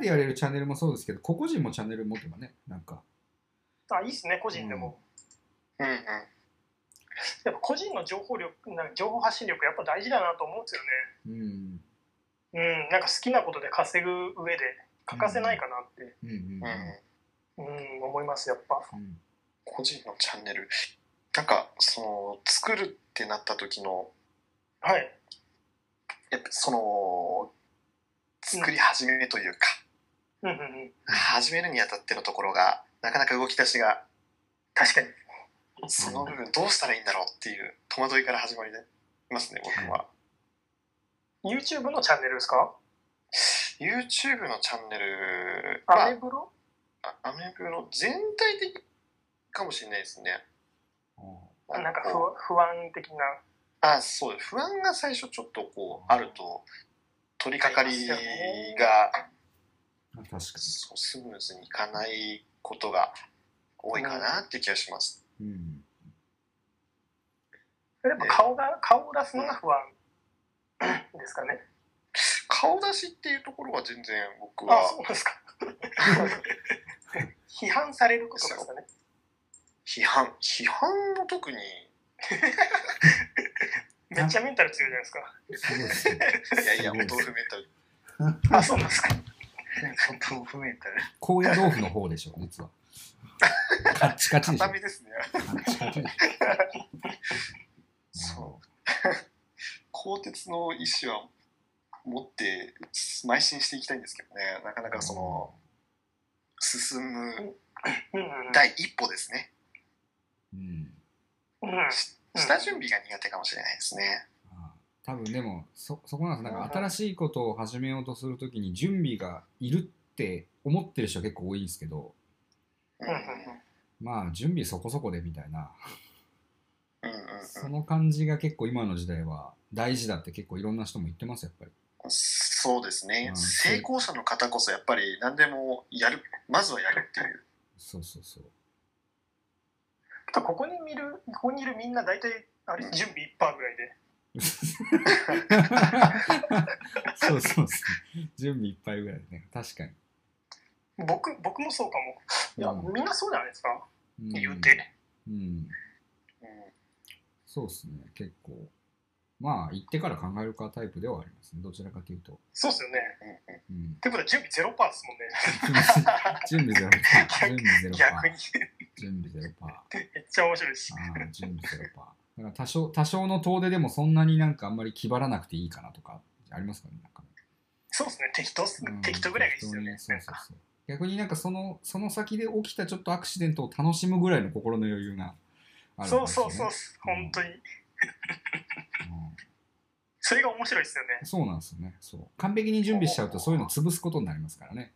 でやれるチャンネルもそうですけど、個々人もチャンネル持てばね、なんか。あ、いいっすね、個人でも。うんうん。やっぱ個人の情報力、なんか情報発信力、やっぱ大事だなと思うんですようん。ね。うん、なんか好きなことで稼ぐ上で欠かせないかなって、うんうんうん。うん、思います、やっぱ。うん。個人のチャンネル。なんか、その、作るってなった時の、はい。やっぱその、作り始めというか、うんうんうん。始めるにあたってのところが、なかなか動き出しが、確かに。その部分どうしたらいいんだろうっていう戸惑いから始まりでいますね、僕は。 YouTube のチャンネルですか YouTube のチャンネル、まアあメブロあアメブロ全体的かもしれないですね。ああなんか不こう不安的な。あ、そう、不安が最初ちょっとこう、あると、取り掛かりありますよねが、まあ確かそうスムーズにいかないことが多いかなって気がします。に。うん。やっぱ顔が、顔を出すのが不安ですかね。顔出しっていうところは全然僕あ、はそうです か。 批判されることですかね。批判、批判も 特に、めっちゃメンタル強いじゃないですか。すごいですね。いやいや、すおごいです豆腐メンタル。あ、 そうなんですか。お豆腐メンタル。高野豆腐の方でしょ、実は。カッチカチでしょ。ダカメですね。ッチカチでしょ。そう。鋼鉄の意思は持って、邁進していきたいんですけどね、なかなかその、進むうんうんうん第一歩ですね。うん。うん下準備が苦手かもしれないですね。ああ多分でもそそこなんですなんか新しいことを始めようとするときに準備がいるって思ってる人結構多いんですけどうんうんうんまあ準備そこそこでみたいなうんうんその感じが結構今の時代は大事だって結構いろんな人も言ってますやっぱりそうですね、うん成功者の方こそやっぱり何でもやる、まずはやるっていう。そうそう そうあとここに見る、ここにいるみんな大体、あれ、準備1%ぐらいで。そうそうそう準備いっぱいぐらいでね確かに、僕、僕もそうかも。いや、うんみんなそうじゃないですか。うん言うて。うんそうですね結構まあ行ってから考えるかタイプではありますねどちらかというと、そうっすよね。うんうんうんうん っ、てことは準備0%ですもんね。準備ゼロパー準備ゼロパ逆ーに。準備ゼロパー めっちゃ面白いし。あー準備ゼロパー。だから多少、多少の遠出でもそんなになんかあんまり気張らなくていいかなとか、ありますかねなんか、そうですね。適当っすうん適当ぐらいがいいですよね。適当なにんそうかそうそう。逆になんかその、その先で起きたちょっとアクシデントを楽しむぐらいの心の余裕があるそうそうそうう、本当に。それが面白いですよね。んそうなんですよね。そう。完璧に準備しちゃうとそういうの潰すことになりますからね。